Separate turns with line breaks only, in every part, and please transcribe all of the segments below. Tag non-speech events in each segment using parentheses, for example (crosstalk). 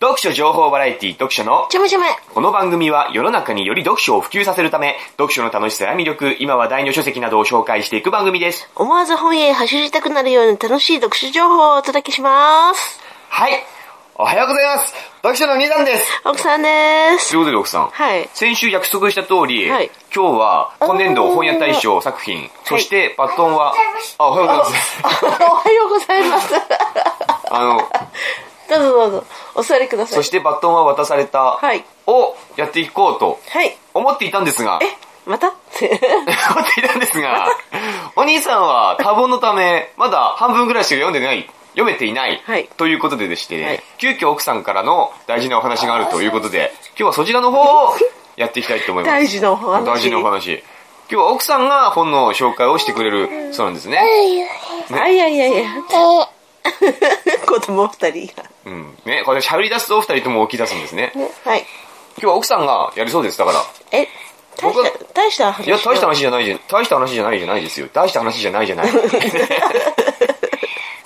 読書情報バラエティ読書の
ちょめちょめ。
この番組は世の中により読書を普及させるため、読書の楽しさや魅力、今話題の書籍などを紹介していく番組です。
思わず本へ走りたくなるような楽しい読書情報をお届けします。
はい。おはようございます。読書の兄さんです。
奥さんです。
ということで奥さん。
はい。 (laughs)
先週約束した通り、
はい
今日は今年度本屋大賞作品、そしてバトンは、あ、おはようございます。
おはようございます。 (laughs)
あの、
どうぞどうぞ。お座りください。
そしてバトンは渡された、
はい
をやっていこうと
はい。
思っていたんですが、
え、
(laughs)
また
思っていたんですが、お兄さんは多忙のため、まだ半分ぐらいしか読んでない、読めていない、
はい
ということででして、
はい
急遽奥さんからの大事なお話があるということで、今日はそちらの方をやっていきたいと思います。
大事なお話。
大事なお話。今日は奥さんが本の紹介をしてくれるそうなんですね。
あ、いやいやいや。 (laughs) 子供二人が。
うん。ね、これ喋り出すとお二人とも起き出すんですね。
はい。
今日は奥さんがやりそうです、だから。
え、大
僕は
した、大した話。
いや、大した話じゃないじゃん。大した話じゃないじゃないですよ。大した話じゃないじゃ
(laughs)
ない。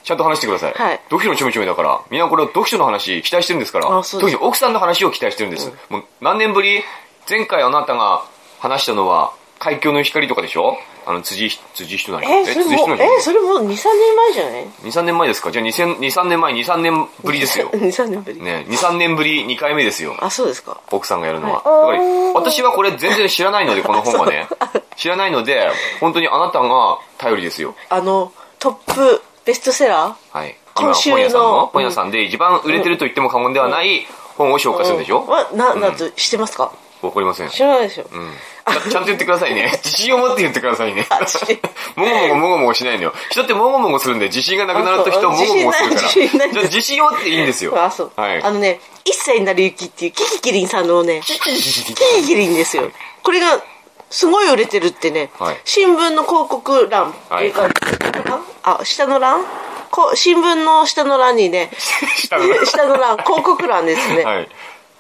ちゃんと話してください。
はい
読書のちょめちょめだから、みんなこれを読書の話期待してるんですから、
あそうで
特
す
に奥さんの話を期待してるんです。もう何年ぶり前回あなたが話したのは、海峡の光とかでしょあの、辻、辻人なり。
え、それ
辻人
も
な
う、
り。
え、それもう2、3年前じゃない。
2、3年前ですかじゃあ2、2、3年前、2、3年ぶりですよ
?2、3年ぶり。 (laughs)
ね、2、3年ぶり2回目ですよ。
あ、そうですか。
奥さんがやるのは。
はい
だから、私はこれ全然知らないので、
(laughs)
この本はね。知らないので、本当にあなたが頼りですよ。
あの、トップベストセラー
はい。今、
今週
本屋
の
さん
う
の
ん、
本屋さんで一番売れてると言っても過言ではない本を紹介するでしょ
は、な、なんと、してますか
わかりません。
知らないでしょ。
うんちゃちゃんと言ってくださ
(laughs)
いね。自信を持って言ってくださいね
あ知。
(laughs) もごもごもごもごしないのよ。人ってもごもごするんで、自信がなくなると人はも
あそう
ごもごするから。
自信ない自信ない
じゃあ自信を持っていいんですよ。(laughs)
あ、そう。
はい。
あのね、一切なるゆきっていうキキキリンさんのね、キキキリンですよ。これが、すごい売れてるってね、
はい
新聞の広告欄っていうか、
は
あ、下の欄こう新聞の下の欄にね、
下
(laughs)
の欄
下の欄、広告欄ですね。
はい。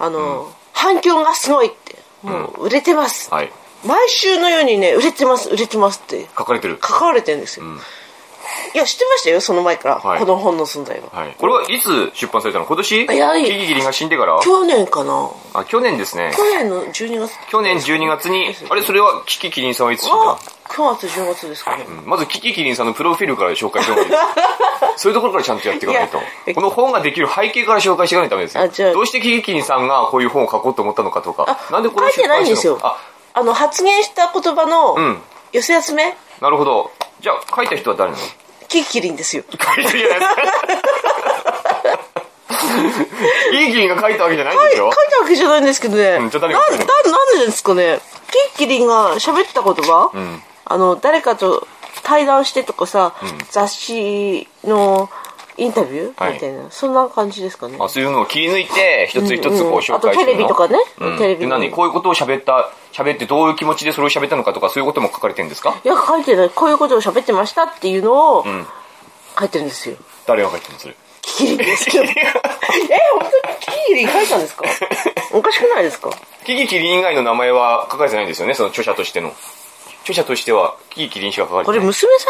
あの、反響がすごいって、もう売れてます、
はい。
毎週のようにね、売れてます、売れてますって
書かれてる。
書かれてるんですよ。いや、知ってましたよ、その前から、
はい
この本の存在は。
はい。これはいつ出版されたの今年
早い
キキキリンが死んでから
去年かな
あ、去年ですね。
去年の12月
去年12月に、あれ、それはキキキリンさんはいつ死んだ
は
の
9月10月ですかね、
まずキキキリンさんのプロフィールから紹介してもらい
(laughs)
です。そういうところからちゃんとやっていかないと
いや。
この本ができる背景から紹介していかないとダメです
あじゃあ
よ。どうしてキキキリンさんがこういう本を書こうと思ったのかとか、
あ
なんでこれを
書いてないんですよ
あ、
あの発言した言葉の
ん
寄せ集め、
なるほど。じゃあ、書いた人は誰なの
キキキリンですよ
書いてるじゃないですか。キキキリンが書いたわけじゃないんでし
書
ょ
いたわけじゃないんですけどね、
うんじゃあ誰
なな
が書いたの
なんでですかねキキキリンが喋った言葉、
ん
あの誰かと対談してとかさ、雑誌のインタビュー、
はい
みたいなそんな感じですかね
あそういうのを切り抜いて、一つ一つ
うんうん
こう紹介してるの
あとテレビとかね
うん
テレビ
で
の
何こういうことを喋った、喋ってどういう気持ちでそれを喋ったのかとか、そういうことも書かれてるんですか
いや書いてないこういうことを喋ってましたっていうのを書いてるんですよ、
誰が書いてるのそ
(laughs)
れ。
キキリン
(laughs)
ですよえ本当にキキリン書いたんですかおかしくないですか
キキキリン以外の名前は書かれてないんですよね、その著者としての。著者としては、キキキリンしか書かれて
こ
な
れ
い。
娘さ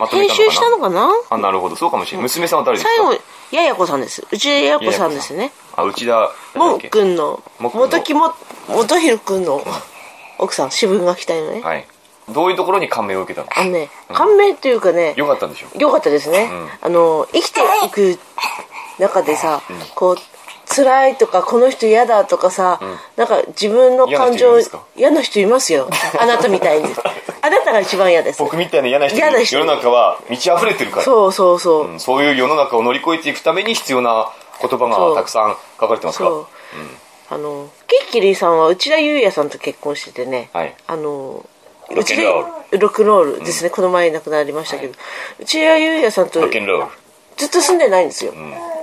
ん
ま
が
とめ
編
たのかな
集したのかな
あ、なるほど、そうかもしれない。娘さんは誰ですか
最後ややこさんですうちややこさんですね。
あ、内田、誰だ
も
っ
っ
け
くんの
もっくんの
元木も元ひろくんの奥さん自分が来たいのね、
はい。どういうところに感銘を受けたの
あのね感銘というかね
よかったんでしょ
よかったですね、あの生きていく中でさ、こう辛いとかこの人嫌だとかさ、なんか自分の感
嫌な人いるん
情
ですか
嫌な人いますよあなた
(laughs)
みたいにあなたが一番嫌です
僕みたいな嫌な人
嫌な人
世の中は満ち溢れてるから。そう,、
そうそうそう、
ん、そういう世の中を乗り越えていくために必要な言葉
そう
がたくさん書かれてますから。
そう、あのキッキリさんは内田裕也さんと結婚しててね、
はい
あの
ロックンロー
ルロックンロールですね、この前亡くなりましたけど、内田裕也さんと
ロックンロール。
ずっと住んでないんですよ、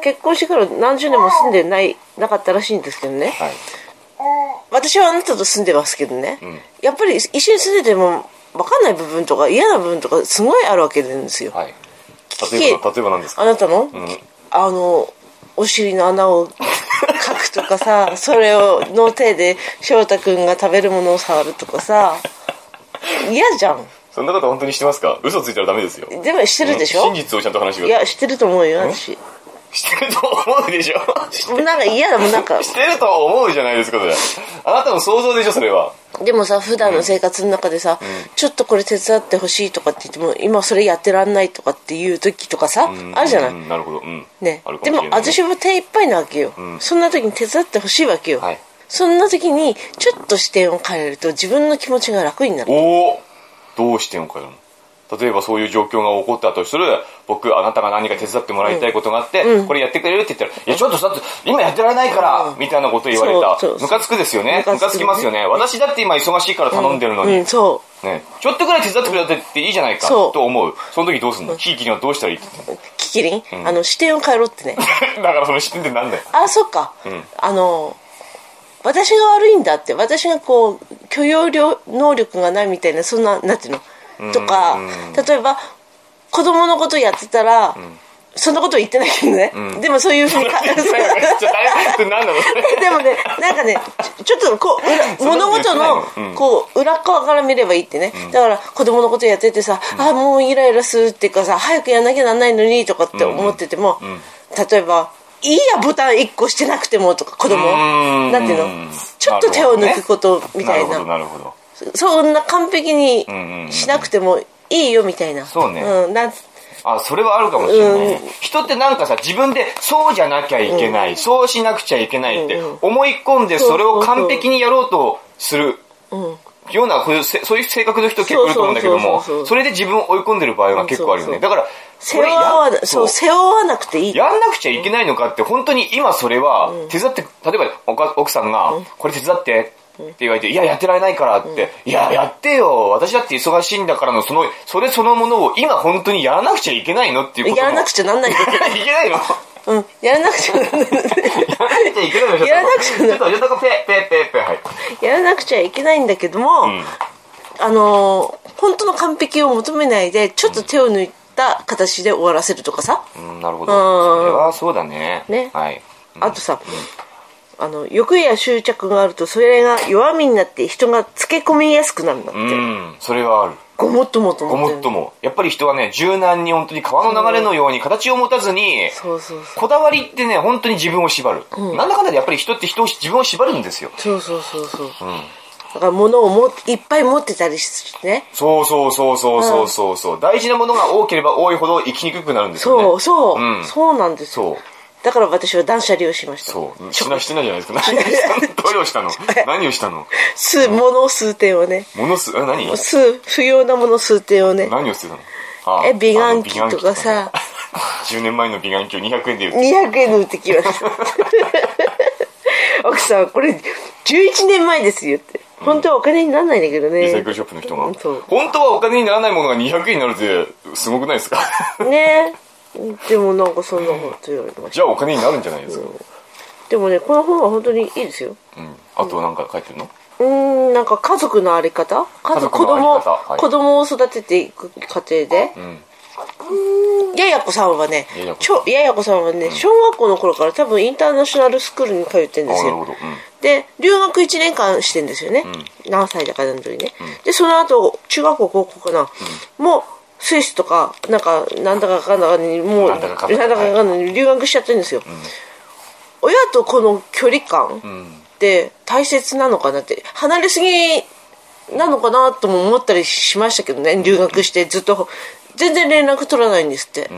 結婚してから何十年も住んでないなかったらしいんですけどね、
はい。
私はあなたと住んでますけどね、やっぱり一緒に住んでても分かんない部分とか嫌な部分とかすごいあるわけなんですよ、
はい。例えば、例えば何ですか
あなたの、あのお尻の穴をかくとかさ (laughs) それをの手で翔太君が食べるものを触るとかさ嫌じゃん
そんなこと本当にしてますか嘘ついたらダメですよ。
でもしてるでしょ、
真実をちゃんと話して
い
ください
やしてると思うよ私
してると思うでしょ
なんか嫌だもん、なんか。
してるとは思うじゃないですか、それ。あなたの想像でしょ、それは。
でもさ、普段の生活の中でさ、ちょっとこれ手伝ってほしいとかって言っても、今それやってらんないとかっていう時とかさ、あるじゃない。
うんなるほど。うん。
ね
ある。か
で
もし
も
れない
私も手いっぱいなわけよ。そんな時に手伝ってほしいわけよ。
はい
そんな時に、ちょっと視点を変えると自分の気持ちが楽になる。
おおどうしてんのかよ例えばそういう状況が起こったとする僕あなたが何か手伝ってもらいたいことがあって、これやってくれるって言ったら「いやちょっとだって今やってられないから、みたいなこと言われた
そうそうそう
ムカつくですよねム
ム
カ
カ
つ
つくね
きますよね私だって今忙しいから頼んでるのに、
うん、そ
ね、ちょっとぐらい手伝ってくれたっていいじゃないか
そ
と
う
思うその時どうすんのひいきにはどうしたらいいって
う。キキリン、あの、視点を変えろってね。
だからその視点って (laughs) なんだよ
あ、そっか。あの、私が悪いんだって、私がこう、許容量能力がないみたいな、そんな、なんていうのとか、例えば、子供のことやってたら、そんなこと言ってないけどね。でも (laughs) そういうふうに
(laughs)
か (laughs)
ちょっと (laughs) 何なのそれ
でもね、なんかね、ちょちょっとこう、
そん
裏
な
物
こと言って
事
ないの
の、こう、裏っ側から見ればいいってね。だから、子供のことやっててさ、あ、もうイライラするっていうかさ、早くやんなきゃなんないのにとかって思ってても、例えば、いいや、ボタン1個してなくてもとか、子供
ーん。
なんていうのちょっと手を抜くこと (laughs) みたい
なる
な。
ほどなるほど
そんな完璧に
んうん
しなくてもいいよみたいな。
そうね
うん、なん
あ、それはあるかもしれない、
う
人ってなんかさ、自分でそうじゃなきゃいけない、そうしなくちゃいけないって思い込んで、
そう
それを完璧にやろうとする
ん
ような、こういうせそういう性格の人結構いると思うんだけども
そうそうそうそう、
それで自分を追い込んでる場合が結構あるよ
う
ね。
ん
だから、
背負わな
これや
そう、背負わなくていい。
やんなくちゃいけないのかって、本当に今それは、手伝って、例えばおか奥さんが、これ手伝ってって言われて、いや、やってられないからって、いや、やってよ、私だって忙しいんだからの、その、それそのものを今本当にやらなくちゃいけないのっていうこと
や
も
らなくちゃなんないんだけど。
(laughs) いけないのや
うん、やらなくちゃなんないんだけど。
らなくちゃいけないの
(laughs) やらなくちゃ
ちょっと、ちょっと、ペッ、ペッ、ペッ、ペッ、はい。
やらなくちゃいけないんだけども、あのー本当の完璧を求めないでちょっと手を抜いた形で終わらせるとかさ、
うん、なるほど。
う
そ
ん
れはそうだね。
ね
はい。
あとさ、あの欲や執着があるとそれが弱みになって人がつけ込みやすくなるんだって、
うん、それはある。
ごもっともと
ご
思って
もっとも。やっぱり人はね、柔軟に本当に川の流れのように形を持たずに、
そうそうそう
こだわりってね、本当に自分を縛る。なんだかんだでやっぱり人って人を、自分を縛るんですよ。
そうそうそうそう、だから物をもいっぱい持ってたりしてね
そうそうそうそうそうそうそう。大事なものが多ければ多いほど生きにくくなるんですよね。
そうそう、
うん
そうなんです
そう
よだから私は断捨離をしました
そう。しな、してないじゃないですか。何をしたのどれをした
(laughs)
の何をしたの
数物を数点をね
ものす、え何
数不要なもの数点をね
何を捨てたのあ
え美顔器とか
(laughs) あの美顔器
さ
とかね10年前の美顔器を200円で売って
200円の売ってきま
(laughs)
した奥さんこれ11年前ですよって本当はお金にならないんだけど
リサイ
ね
クルショップの人
う
が
んそう
本当はお金にならないものが200円になるってすごくないですか (laughs)
ねでもなんかそんなこと言われまし
じゃあお金になるんじゃないですか、
たでもねこの本は本当にいいですよ
うん、あとはなんか書いてるの
うーんなんか家族のあり方家族
家族
子
のあ
供、
り方はい
子供を育てていく過程で、ややこさんはね
ややこ
ちょややこさんはね、小学校の頃から多分インターナショナルスクールに通ってるん
あ
で
な
す
る
よ
ほど、うん、
で留学1年間してんですよね、何歳だかなんとにね、でその後中学校高校かな、もうスイスとかなんかなんだかかんだかにもう
なんだかかんだか
なんだかかんだに留学しちゃってるんですよ、親とこの距離感って大切なのかなって離れすぎなのかなとも思ったりしましたけどね留学してずっと全然連絡取らないんですって、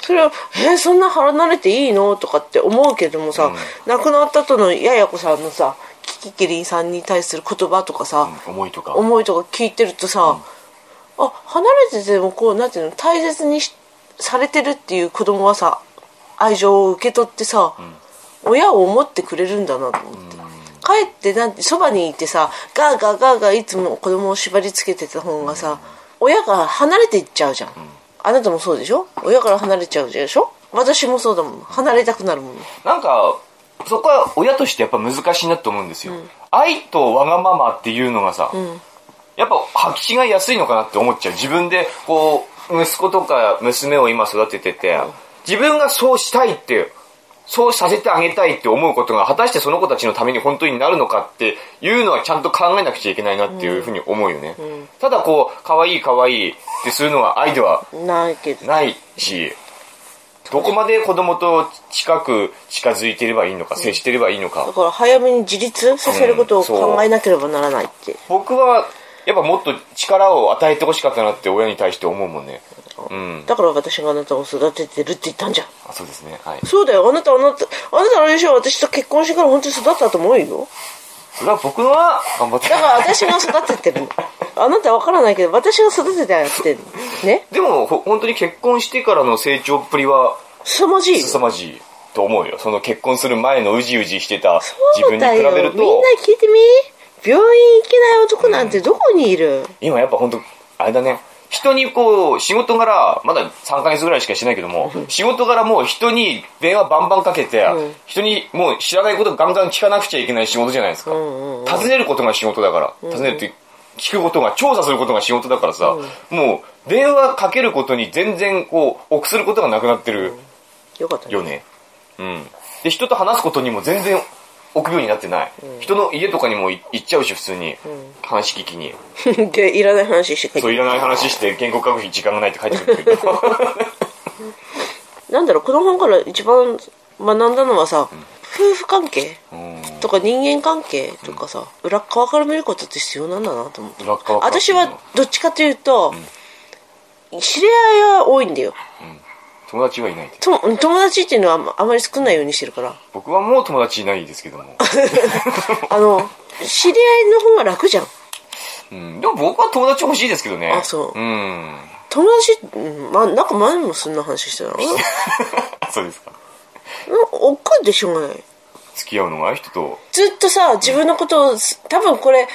それは「えーそんな離れていいの?」とかって思うけどもさ、亡くなった後のややこさんのさキキキリンさんに対する言葉とかさ、
思いとか
思いとか聞いてるとさ、あ離れててもこうなんていうの大切にしされてるっていう子供はさ愛情を受け取ってさ、親を思ってくれるんだなと思って。帰ってなんてそばにいてさガーガーガーガーいつも子供を縛りつけてた方がさ、親が離れていっちゃうじゃん、あなたもそうでしょ親から離れちゃうでしょ私もそうだもん離れたくなるもん
なんかそこは親としてやっぱ難しいなと思うんですよ、愛とわがままっていうのがさ、やっぱ履き違いやすいのかなって思っちゃう自分でこう息子とか娘を今育ててて、自分がそうしたいってそうさせてあげたいって思うことが果たしてその子たちのために本当になるのかっていうのはちゃんと考えなくちゃいけないなっていうふうに思うよね、ただこう可愛い可愛いってするのは愛では
ないけど
ないしどこまで子供と近く近づいてればいいのか、接してればいいのか
だから早めに自立させることを考えなければならないって、
僕はやっぱもっと力を与えてほしかったなって親に対して思うもんねうん
だから私があなたを育ててるって言ったんじゃん
あそうですねはい
そうだよあなたあなたあなたあれでしょ私と結婚してから本当に育ったと思うよ
それは僕のは頑張って
だから私が育ててるのあなたわからないけど私が育ててやってるのね
でもほ本当に結婚してからの成長っぷりは
凄まじいよ
凄まじいと思うよその結婚する前のうじうじしてた自
そ
分
う
に
だ
比
よ
べる
みんな
と
聞いてみ病院行けない男なんてどこにいる、
今やっぱ本当あれだね人にこう仕事柄まだ3ヶ月ぐらいしかしてないけども仕事柄もう人に電話バンバンかけて
うん
人にもう知らないことガンガン聞かなくちゃいけない仕事じゃないですか
んうんう
尋ねることが仕事だから尋ねるって聞くことが調査することが仕事だからさもう電話かけることに全然こう臆することがなくなってる
よかったね
よね。うん。で、人と話すことにも全然臆病になってない。人の家とかにもい行っちゃうし、普通に。話聞きに。
で (laughs) いらない話して
そういらない話して、原告書く日時間がないって帰ってくるけど。
(laughs) なんだろうこの本から一番学んだのはさ、夫婦関係
うん
とか人間関係とかさ、裏っ側から見ることって必要なんだなと思って
裏っ側から
私はどっちかというと、知り合いは多いんだよ
友達はいないって。
と友達っていうのはあんまあまり少ないようにしてるから
(laughs) 僕はもう友達いないですけども。
あの知り合いの方が楽じゃん
うん。でも僕は友達欲しいですけどね。
あそ
う
う
ん。
友達、うんまあ、なんか前にもそんな話してたの
そうですか。
おっかいでしょうがない
付き合うのがある人と。
ずっとさ自分のことをす多分これ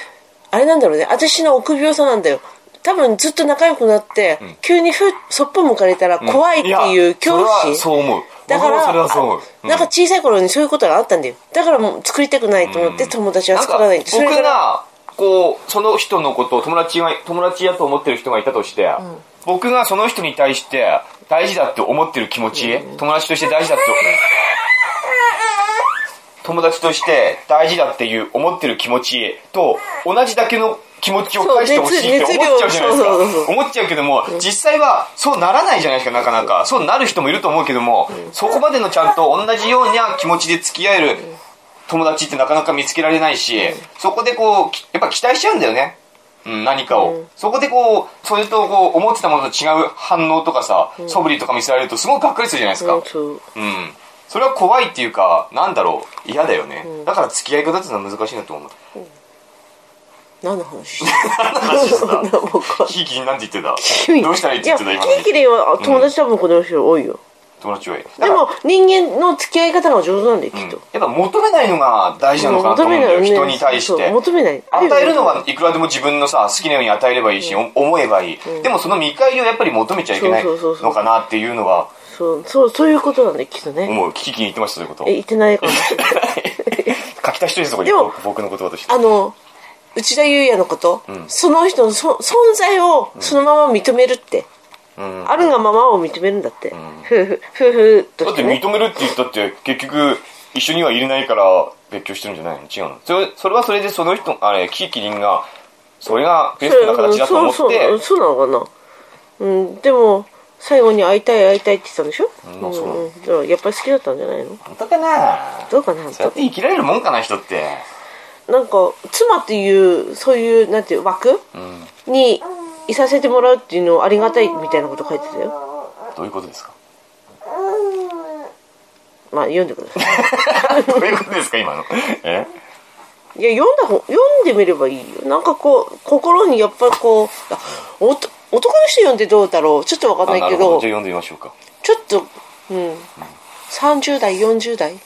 あれなんだろうね私の臆病さなんだよ多分ずっと仲良くなって、急にふそっぽ向かれたら怖いっていう恐怖
いや
心、
それはそう思う。
だから
僕もそれはそう思う。うん
なんか小さい頃にそういうことがあったんだよだからもう作りたくないと思って友達は
なん
作らないん
か
だそれ
僕
から
がこうその人のことを友達が友達やと思ってる人がいたとして、僕がその人に対して大事だって思ってる気持ち、友達として大事だって友達として大事だっていう思ってる気持ちと同じだけの気持ちを返してほしいって
そう
思っ
熱
ちゃうじゃないですか
熱量そうそうそう
思っちゃうけども実際はそうならないじゃないですかなかなかそうなる人もいると思うけどもそこまでのちゃんと同じような気持ちで付き合える友達ってなかなか見つけられないしそこでこうきやっぱ期待しちゃうんだよねうん、何かを、そこでこうそれとこう思ってたものと違う反応とかさ、素振りとか見せられるとすごいがっかりするじゃないですか、
うんそう
うん。それは怖いっていうか、なんだろう、嫌だよね。だから付き合い方ってのは難しいなと
(laughs)
思う。 (laughs)
何の話
話
(laughs)
してた
僕は
ひいきりんなんて言って
(laughs)
たどうしたらいいって言ってた今
いやキ
ま
リキ
で。
リは友達多分この人多いよ、
友達はいい。
でも人間の付き合い方が上手なんだよき
だ
っ
から、
と
うん、、やっぱ求めないのが大事なのかなと思うんだよ、人に対し
そう
て。
求めない
与えるのはいくらでも自分のさ、好きなように与えればいいし、お思えばいい、でもその見返りをやっぱり求めちゃいけない
そうそうそうそう
のかなっていうのは、
そうそうそういうことなんだよきっとね、
思う。聞きに言ってました、そういうこと。
え言ってないかもしれない
(laughs) 書き足してるんです、そこに
でも
僕の言葉として。
あの内田裕也のこと、その人のそ存在をそのまま認めるって、
うん
あるがままを認めるんだって、夫婦夫婦と
だ
し
って
て
認
ね
めるって言ったって結局一緒にはいれないから別居してるんじゃないの違うのそれそれはそれでその人あれキーキリンがそれがベストな形だと思って
そうそうそうなのかな、うん、でも最後に会いたい会いたいって言ってたんでしょ、
んまあそうなの
んだからやっぱり好きだったんじゃないの
本当かな
どうかななん
そうやって生きられるもんかな人って
か妻っていうそういうなんていう枠、にいさせてもらうっていうのをありがたいみたいなこと書いてたよ
どういうことですか
まあ読んでください
どういうことですか今のえ
いや読んだ本読んでみればいいよなんかこう心にやっぱりこうあおと男の人読んでどうだろうちょっとわかんないけ
じゃあ
ど
読んでみましょうか
ちょっとうん30代40代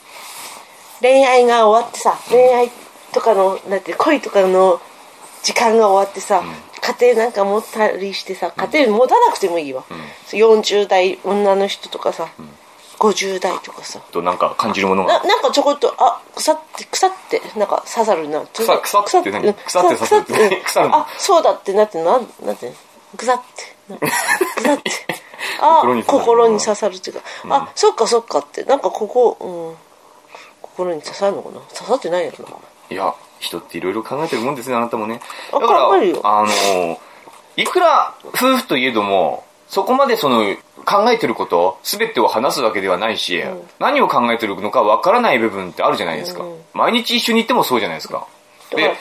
恋愛が終わってさ恋愛とかのなんて恋とかの時間が終わってさ、家庭なんか持ったりしてさ家庭持たなくてもいいわ、40代女の人とかさ、50代とかさ
となんか感じるもの
な
が
なんかちょこっとあ腐って腐ってなんか刺さるな腐
腐腐って何腐って刺さるって
う
(laughs)
ん
腐るの
あそうだってなってなんなんて腐ってな腐
(laughs)
って
心に刺さる
あ心に刺さるっていうか、あそっかそっかってなんかここ、うん、心に刺さるのかな刺さってないのかない
や人っていろいろ考えてるもんですねあなたもね
あ
だから
考えるよ
あのいくら夫婦といえどもそこまでその考えてること全てを話すわけではないし、何を考えてるのかわからない部分ってあるじゃないですか、毎日一緒に行ってもそうじゃないですか
だか
で
ら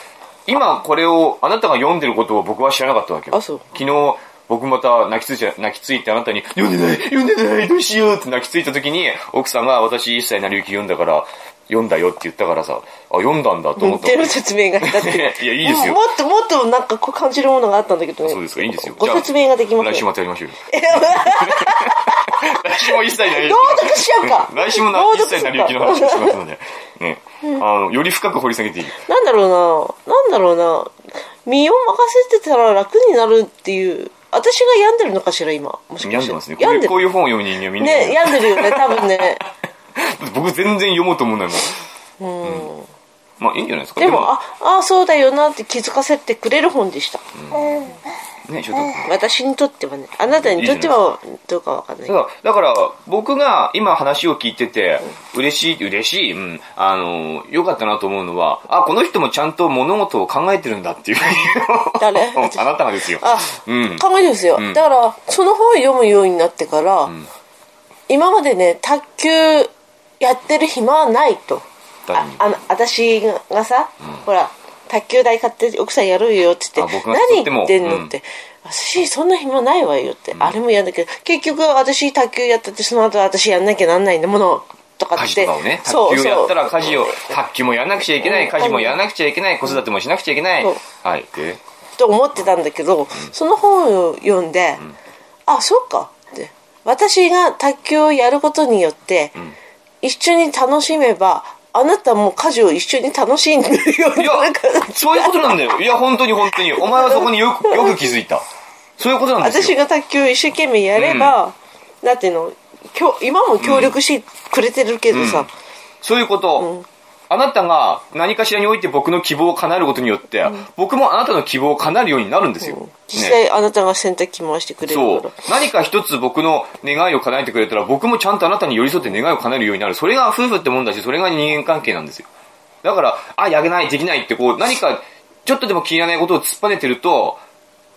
今これをあなたが読んでることを僕は知らなかったわけよ
あそう
昨日僕また泣きついて泣きついてあなたに「読んでない読んでないどうしよう」って泣きついた時に奥さんが「私一切成り行き読んだから読んだよ」って言ったからさあ読んだんだと思
言
っ
ったてる説明が下手
い (laughs) やいいですよ
ももっともっとなんかこう感じるものがあったんだけどね
そうですかいいんですよ
ご
じゃあ
説明ができま
来
す
週
ど (laughs)
またやりましょうよ来週も一切成り行き
朗読しちゃうか
(laughs) 来週もな
朗
一
読
切
し
成り
よ
行
う
きの話
か
をしますので、ね、あの、より深く掘り下げていい。
なんだろうな、なんだろうな、身を任せてたら楽になるっていう、私が病んでるのかしら、今。もしかして。
病んでますね。こう
病ん
いう
で
こう
る。
いう本を読む人間はみんな、
ね、病んでるよね、多分ね。
僕全然読もうと思うないもん。
うん。
まあいいんじゃないですか。
でも、あ、ああ、そうだよなって気づかせてくれる本でした。
ね、ちょっと。
私にとってはね。あなたにとっては、どうかわかんない
た。だだから、僕が今話を聞いてて、嬉しい、嬉しい、うん、あの、良かったなと思うのは、あ、この人もちゃんと物事を考えてるんだ
(laughs)
っていう。
誰
うんあなたがですよ。
あ、
うん。
考えてますよ、
ん
だからその本を読むようになってから、今までね卓球やってる暇はないと
誰
あ
に
あの私がさ、ほら卓球台買って奥さんやるよって言って
あ僕が誘
何
っても
言ってんの
うん
って、私そんな暇ないわよって、あれも嫌だけど結局私卓球やったってその後私やんなきゃなんないんだものとか
家
っ
事
て
とかをね、
そ
卓球
うそう
やったら家事を、卓球もやらなくちゃいけない、家事もやらなくちゃいけない、子育てもしなくちゃいけない
そう。
はい。で、
と思ってたんだけど、その本を読んで、あそうかって私が卓球をやることによって、一緒に楽しめばあなたも家事を一緒に楽しんでるよう
いや
ななんか、
そういうことなんだよ。いや、本当に本当に。お前はそこによく、よく気づいた。そういうことなんです
(laughs) 私
よ。
が卓球を一生懸命やれば、なんていうのきょ今も協力してくれてるけどさ、
そういうこと。あなたが何かしらにおいて僕の希望を叶えることによって、僕もあなたの希望を叶えるようになるんですよ。
実
ね
際あなたが洗濯機回してくれる
そ
か
う
ら。
何か一つ僕の願いを叶えてくれたら、僕もちゃんとあなたに寄り添って願いを叶えるようになる。それが夫婦ってもんだし、それが人間関係なんですよ。だから、あ、やげない、できないって、こう、何か、ちょっとでも気にならないことを突っぱねてると、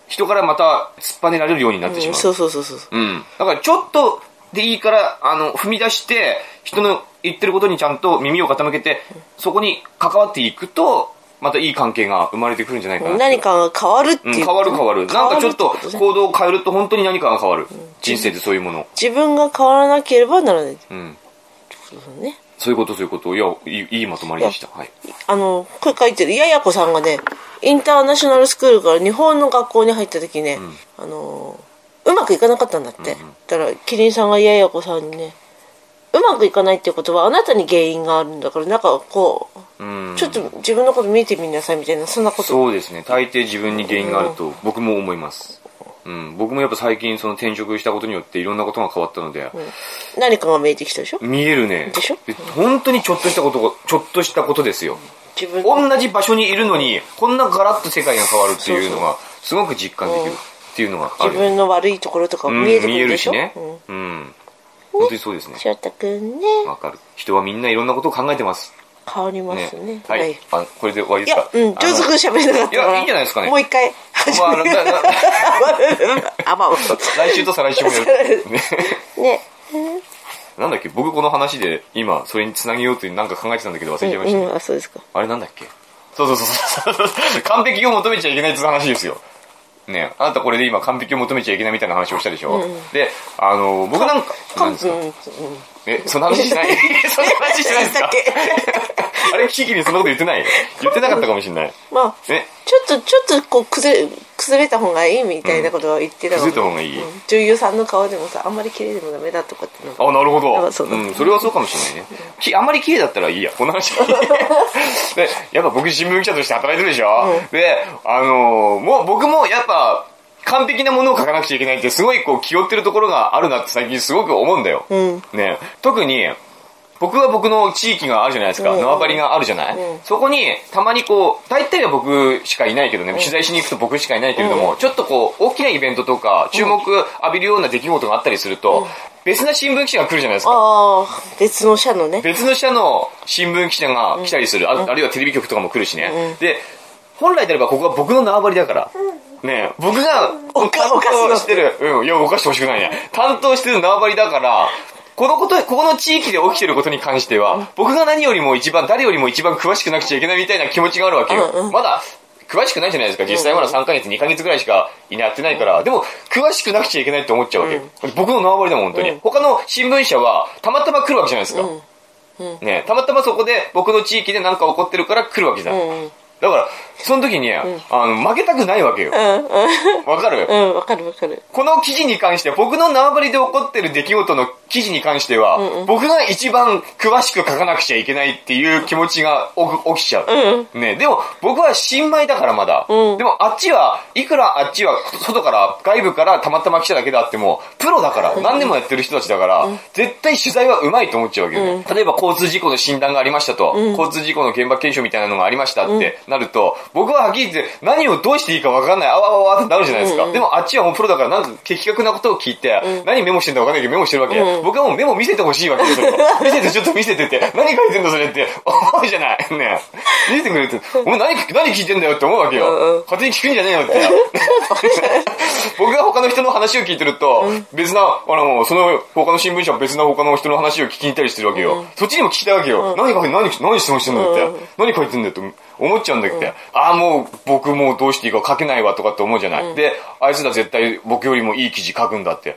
人からまた突っぱねられるようになってし
うん
まう。
そうそうそうそう
うん。だからちょっとでいいから、あの、踏み出して、人の言ってることにちゃんと耳を傾けて、そこに関わっていくと、またいい関係が生まれてくるんじゃないかな。
何かが変わるって
うん、
いう
変
こ
わ
と
る変わる。なんかちょっと行動を変えると本当に何かが変わる。人生ってそういうもの。
自分が変わらなければならないって
うん。
ことだね
そういうことそういうこと。いや、いいいいまとまりでした。はい。
あの、これ書いてる、ややこさんがね、インターナショナルスクールから日本の学校に入った時ね、あの、うまくいかなかったんだって。だから、キリンさんがややこさんにね、うまくいかないってことはあなたに原因があるんだから、なんかこう、
うん。
ちょっと自分のこと見てみなさいみたいな、そんなこと。
そうですね。大抵自分に原因があると僕も思います。うん。僕もやっぱ最近その転職したことによっていろんなことが変わったので、
何かが見えてきたでしょ
見えるね
でしょ
本当にちょっとしたことがちょっとしたことですよ
自分の。
同じ場所にいるのにこんなガラッと世界が変わるっていうのがすごく実感できるっていうのがあ
自
るよ
分の悪いところとか
うん
見えてく
見え
るで
る
し
し
ょ、
ね
うん
うん本当にそうですね
翔太くんね、
わかる人はみんないろんなことを考えてます
変わりますね。
ねはいあこれで終わり
い
です
や
か、
うん、上手く喋れなかったから。
いやいいんじゃないですかね
もう一回。
あのまあな
(laughs)
な
あ、まあ、
来週と再来週もや
(laughs)
るね
ね。
なんだっけ僕この話で今それにつなげようというなんか考えてたんだけど忘れちゃいましたね
うん、あ、そうですか。
あれなんだっけそうそうそうそうそう。完璧を求めちゃいけないって話ですよ。ねあなたこれで今完璧を求めちゃいけないみたいな話をしたでしょ、で、あの、僕なんか、なんです
う
か (laughs)
ん、うん。
え、そんな話しない (laughs) そんな話してないです
だ
か
っけ
(laughs) あれ、キキにそんなこと言ってない言ってなかったかもしれない。
まあ、
え、
ちょっと、ちょっと、こう、崩れ、崩れた方がいいみたいなことは言ってた
崩れた方がいい
うん女優さんの顔でもさ、あんまり綺麗でもダメだとかってなんか
あ、なるほど。
あそうだ
ん、それはそうかもしれないね。きあんまり綺麗だったらいいや、この
(laughs)
話。で、やっぱ僕新聞記者として働いてるでしょ、で、あのーもう僕もやっぱ、完璧なものを書かなくちゃいけないって、すごいこう、気負ってるところがあるなって最近すごく思うんだよ。
ん
ね、特に、僕は僕の地域があるじゃないですか。
うん
縄張りがあるじゃない、
うん
そこに、たまにこう、大体は僕しかいないけどね、取材しに行くと僕しかいないけれども、ちょっとこう、大きなイベントとか、注目浴びるような出来事があったりすると、別な新聞記者が来るじゃないですか。
ああ、別の社のね。
別の社の新聞記者が来たりする、ああるいはテレビ局とかも来るしね、で本来であればここは僕の縄張りだから、ねえ僕が
お
担
かおかし
当してる、うん、いや、おかしてほしくないね。担当してる縄張りだから、このこと、ここの地域で起きてることに関しては、僕が何よりも一番、誰よりも一番詳しくなくちゃいけないみたいな気持ちがあるわけよ。
うんうん
まだ、詳しくないじゃないですか。実際まだ3ヶ月、2ヶ月ぐらいしかやってないから、でも、詳しくなくちゃいけないって思っちゃうわけよ。僕の縄張りだもん、本当に。
うん
他の新聞社は、たまたま来るわけじゃないですか。
うん
ねえたまたまそこで、僕の地域で何か起こってるから来るわけじゃん。
うんうん
だから、その時に、あの、負けたくないわけよ。わかる
うんわかるわかる
この記事に関して、僕の縄張りで起こってる出来事の記事に関しては、僕が一番詳しく書かなくちゃいけないっていう気持ちが起き起きちゃう。ね、でも僕は新米だからまだ。
うん
でもあっちは、いくらあっちは外から、外部からたまたま来ただけであっても、プロだから、何年もやってる人たちだから、絶対取材はうまいと思っちゃうわけよね。例えば交通事故の診断がありましたと、交通事故の現場検証みたいなのがありましたってなると、僕ははっきり言って何をどうしていいかわかんない、あわわわってなるじゃないですか。でもあっちはもうプロだから、なんか的確なことを聞いて、何メモしてんだかわかんないけどメモしてるわけ。僕はもうメモ見せてほしいわけですよ。見せて、ちょっと見せてって、何書いてんだそれって、 (laughs) 思うじゃない。ねえ見せてくれって、お前何、何聞いてんだよって思うわけよ。
うんうん
勝手に聞くんじゃねえよって。僕が他の人の話を聞いてると、別な、あの、その他の新聞社は別な他の人の話を聞きに行ったりしてるわけよ。そっちにも聞きたいわけよ。何書いて、何、何質問してんだよって。何書いてんだよって思っちゃうんだけど、ああ、もう僕もうどうしていいか書けないわとかって思うじゃない。で、あいつら絶対僕よりもいい記事書くんだって。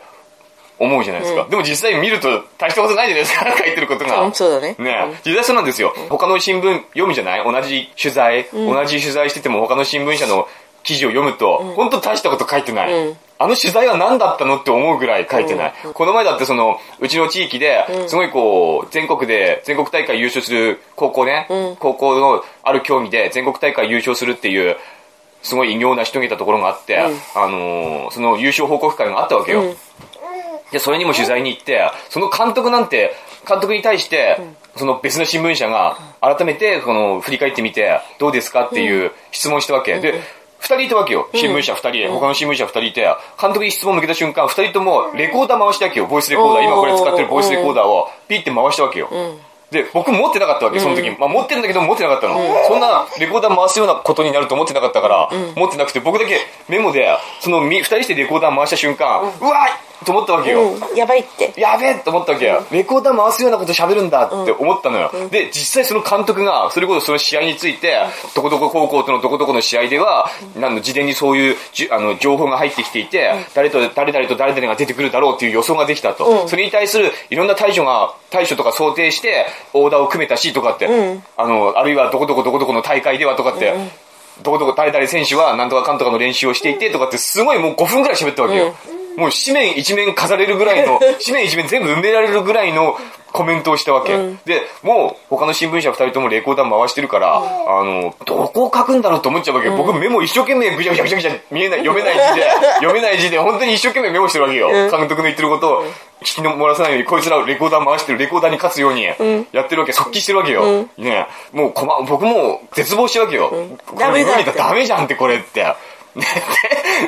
思うじゃないですか、でも実際見ると大したことないじゃないですか (laughs) 書いてることが、
うんそうだね
ね実際そうなんですよ。他の新聞読むじゃない同じ取材、同じ取材してても他の新聞社の記事を読むと、本当大したこと書いてない。
うん
あの取材は何だったのって思うぐらい書いてない。この前だってその、うちの地域で、すごいこう、全国で、全国大会優勝する高校ね、
うん
高校のある競技で全国大会優勝するっていう、すごい偉業を成し遂げたところがあって、あのーその優勝報告会があったわけよ。
うん
で、それにも取材に行って、その監督なんて、監督に対して、その別の新聞社が、改めて、この、振り返ってみて、どうですかっていう質問したわけ。で、二人いたわけよ。新聞社二人、他の新聞社二人いて、監督に質問向けた瞬間、二人ともレコーダー回したわけよ。ボイスレコーダー、
おー
今これ使ってるボイスレコーダーを、ピッて回したわけよ。で、僕持ってなかったわけ、その時。まあ持ってるんだけど持ってなかったの。そんなレコーダー回すようなことになると思ってなかったから、持ってなくて、僕だけメモで、そのみ二人してレコーダー回した瞬間、うわっと思ったわけよ。
うんやばいって
やべえと思ったわけよ。レコーダー回すようなこと喋るんだって思ったのよ。で、実際その監督が、それこそその試合について、どこどこ高校とのどこどこの試合では、なんの事前にそういうじゅあの情報が入ってきていて、誰と誰々と誰々が出てくるだろうっていう予想ができた
う
と。
ん
それに対するいろんな対処が、対処とか想定して、オーダーを組めたしとかって、
うん
あの、あるいはどこどこどこどこの大会ではとかって、どこどこ誰々選手はなんとかかんとかの練習をしていてとかってすごいもう5分くらい喋ったわけよ。もう紙面一面飾れるぐらいの、紙面一面全部埋められるぐらいのコメントをしたわけ。で、もう他の新聞社二人ともレコーダー回してるから、あの、どこを書くんだろうと思っちゃうわけよ。僕メモ一生懸命ぐちゃぐちゃぐちゃぐちゃ見えない、 (laughs) 読めない字で、読めない字で本当に一生懸命メモしてるわけよ。監督の言ってることを聞き漏らさないように、こいつらをレコーダー回してる、レコーダーに勝つようにやってるわけ、即帰してるわけよ。ねえもうこま、僕も絶望してるわけよ。これ
ダメだって
無理ダメじゃんってこれって。 (laughs) ね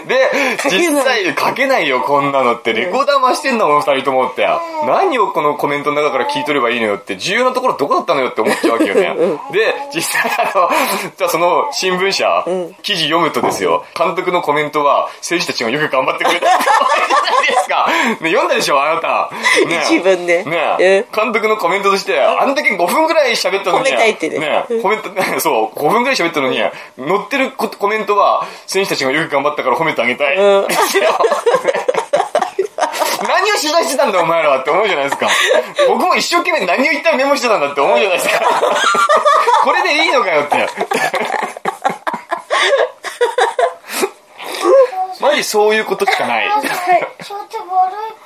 で、
書け
実
な
際書けないよ、こんなのって。レコーダー回してんだもん、二人ともって。何をこのコメントの中から聞いとればいいのよって、重要なところどこだったのよって思っちゃうわけよね。で、実際あの、じゃあその新聞社、記事読むとですよ、監督のコメントは、選手たちがよく頑張ってくれたって可愛いじゃないですか。ね、読んだでしょ、あなた。
(laughs)
ね
一文ね
ね
うん
監督のコメントとして、あんだけ5分くらい喋ったのに。
褒めたいってね
コメント、 (laughs) ね、そう、5分くらい喋ったのに、載ってるココメントは、選手たちがよく頑張ったから褒めてあげたい。
うん
ですよ何を取材してたんだお前らはって思うじゃない
(laughs)
ですか。僕も一生懸命何を言ったらメモしてたんだって思うじゃないです
(laughs)
か。これでいいのかよって。マジそういうことしかない。
ちょっと悪い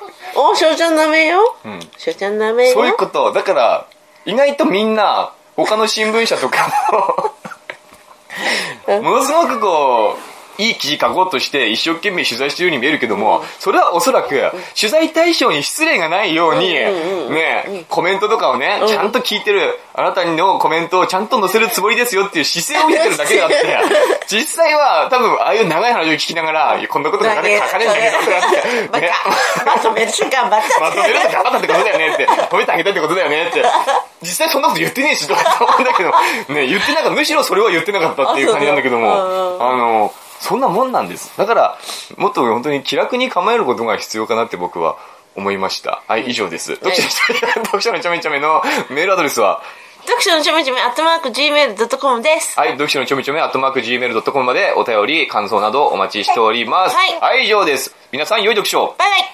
こと
おしょうちゃんダメよしょうちゃんダメよ
そういうこと。だから、意外とみんな、他の新聞社とかも、ものすごくこう、いい記事書こうとして一生懸命取材してるように見えるけども、それはおそらく、取材対象に失礼がないように、ね、コメントとかをね、ちゃんと聞いてる、あなたのコメントをちゃんと載せるつもりですよっていう姿勢を見てるだけであって、実際は多分、ああいう長い話を聞きながら、いやこんなこと書かねえ、書かねえんだけど (laughs) ってな
バ
って、ね
カまとめる頑
(laughs)
張っ
まとめるって頑張ったってことだよねって、褒めてあげたいってことだよねって、実際そんなこと言ってねえしとかって思うんだけど、ね、言ってなんか、むしろそれは言ってなかったっていう感じなんだけども、
あそう
あの、そんなもんなんです。だから、もっと本当に気楽に構えることが必要かなって僕は思いました。はい、以上です。読書のちゃめちゃめ、読書のちゃめちゃめの (laughs) メールアドレスは、
読書のちょめちょめ、アットマーク Gmail.com です。
はい、読書のちょめちょめ、アットマーク Gmail.com までお便り、感想などお待ちしております。
はい
はい、以上です。皆さん、良い読書を
バイバイ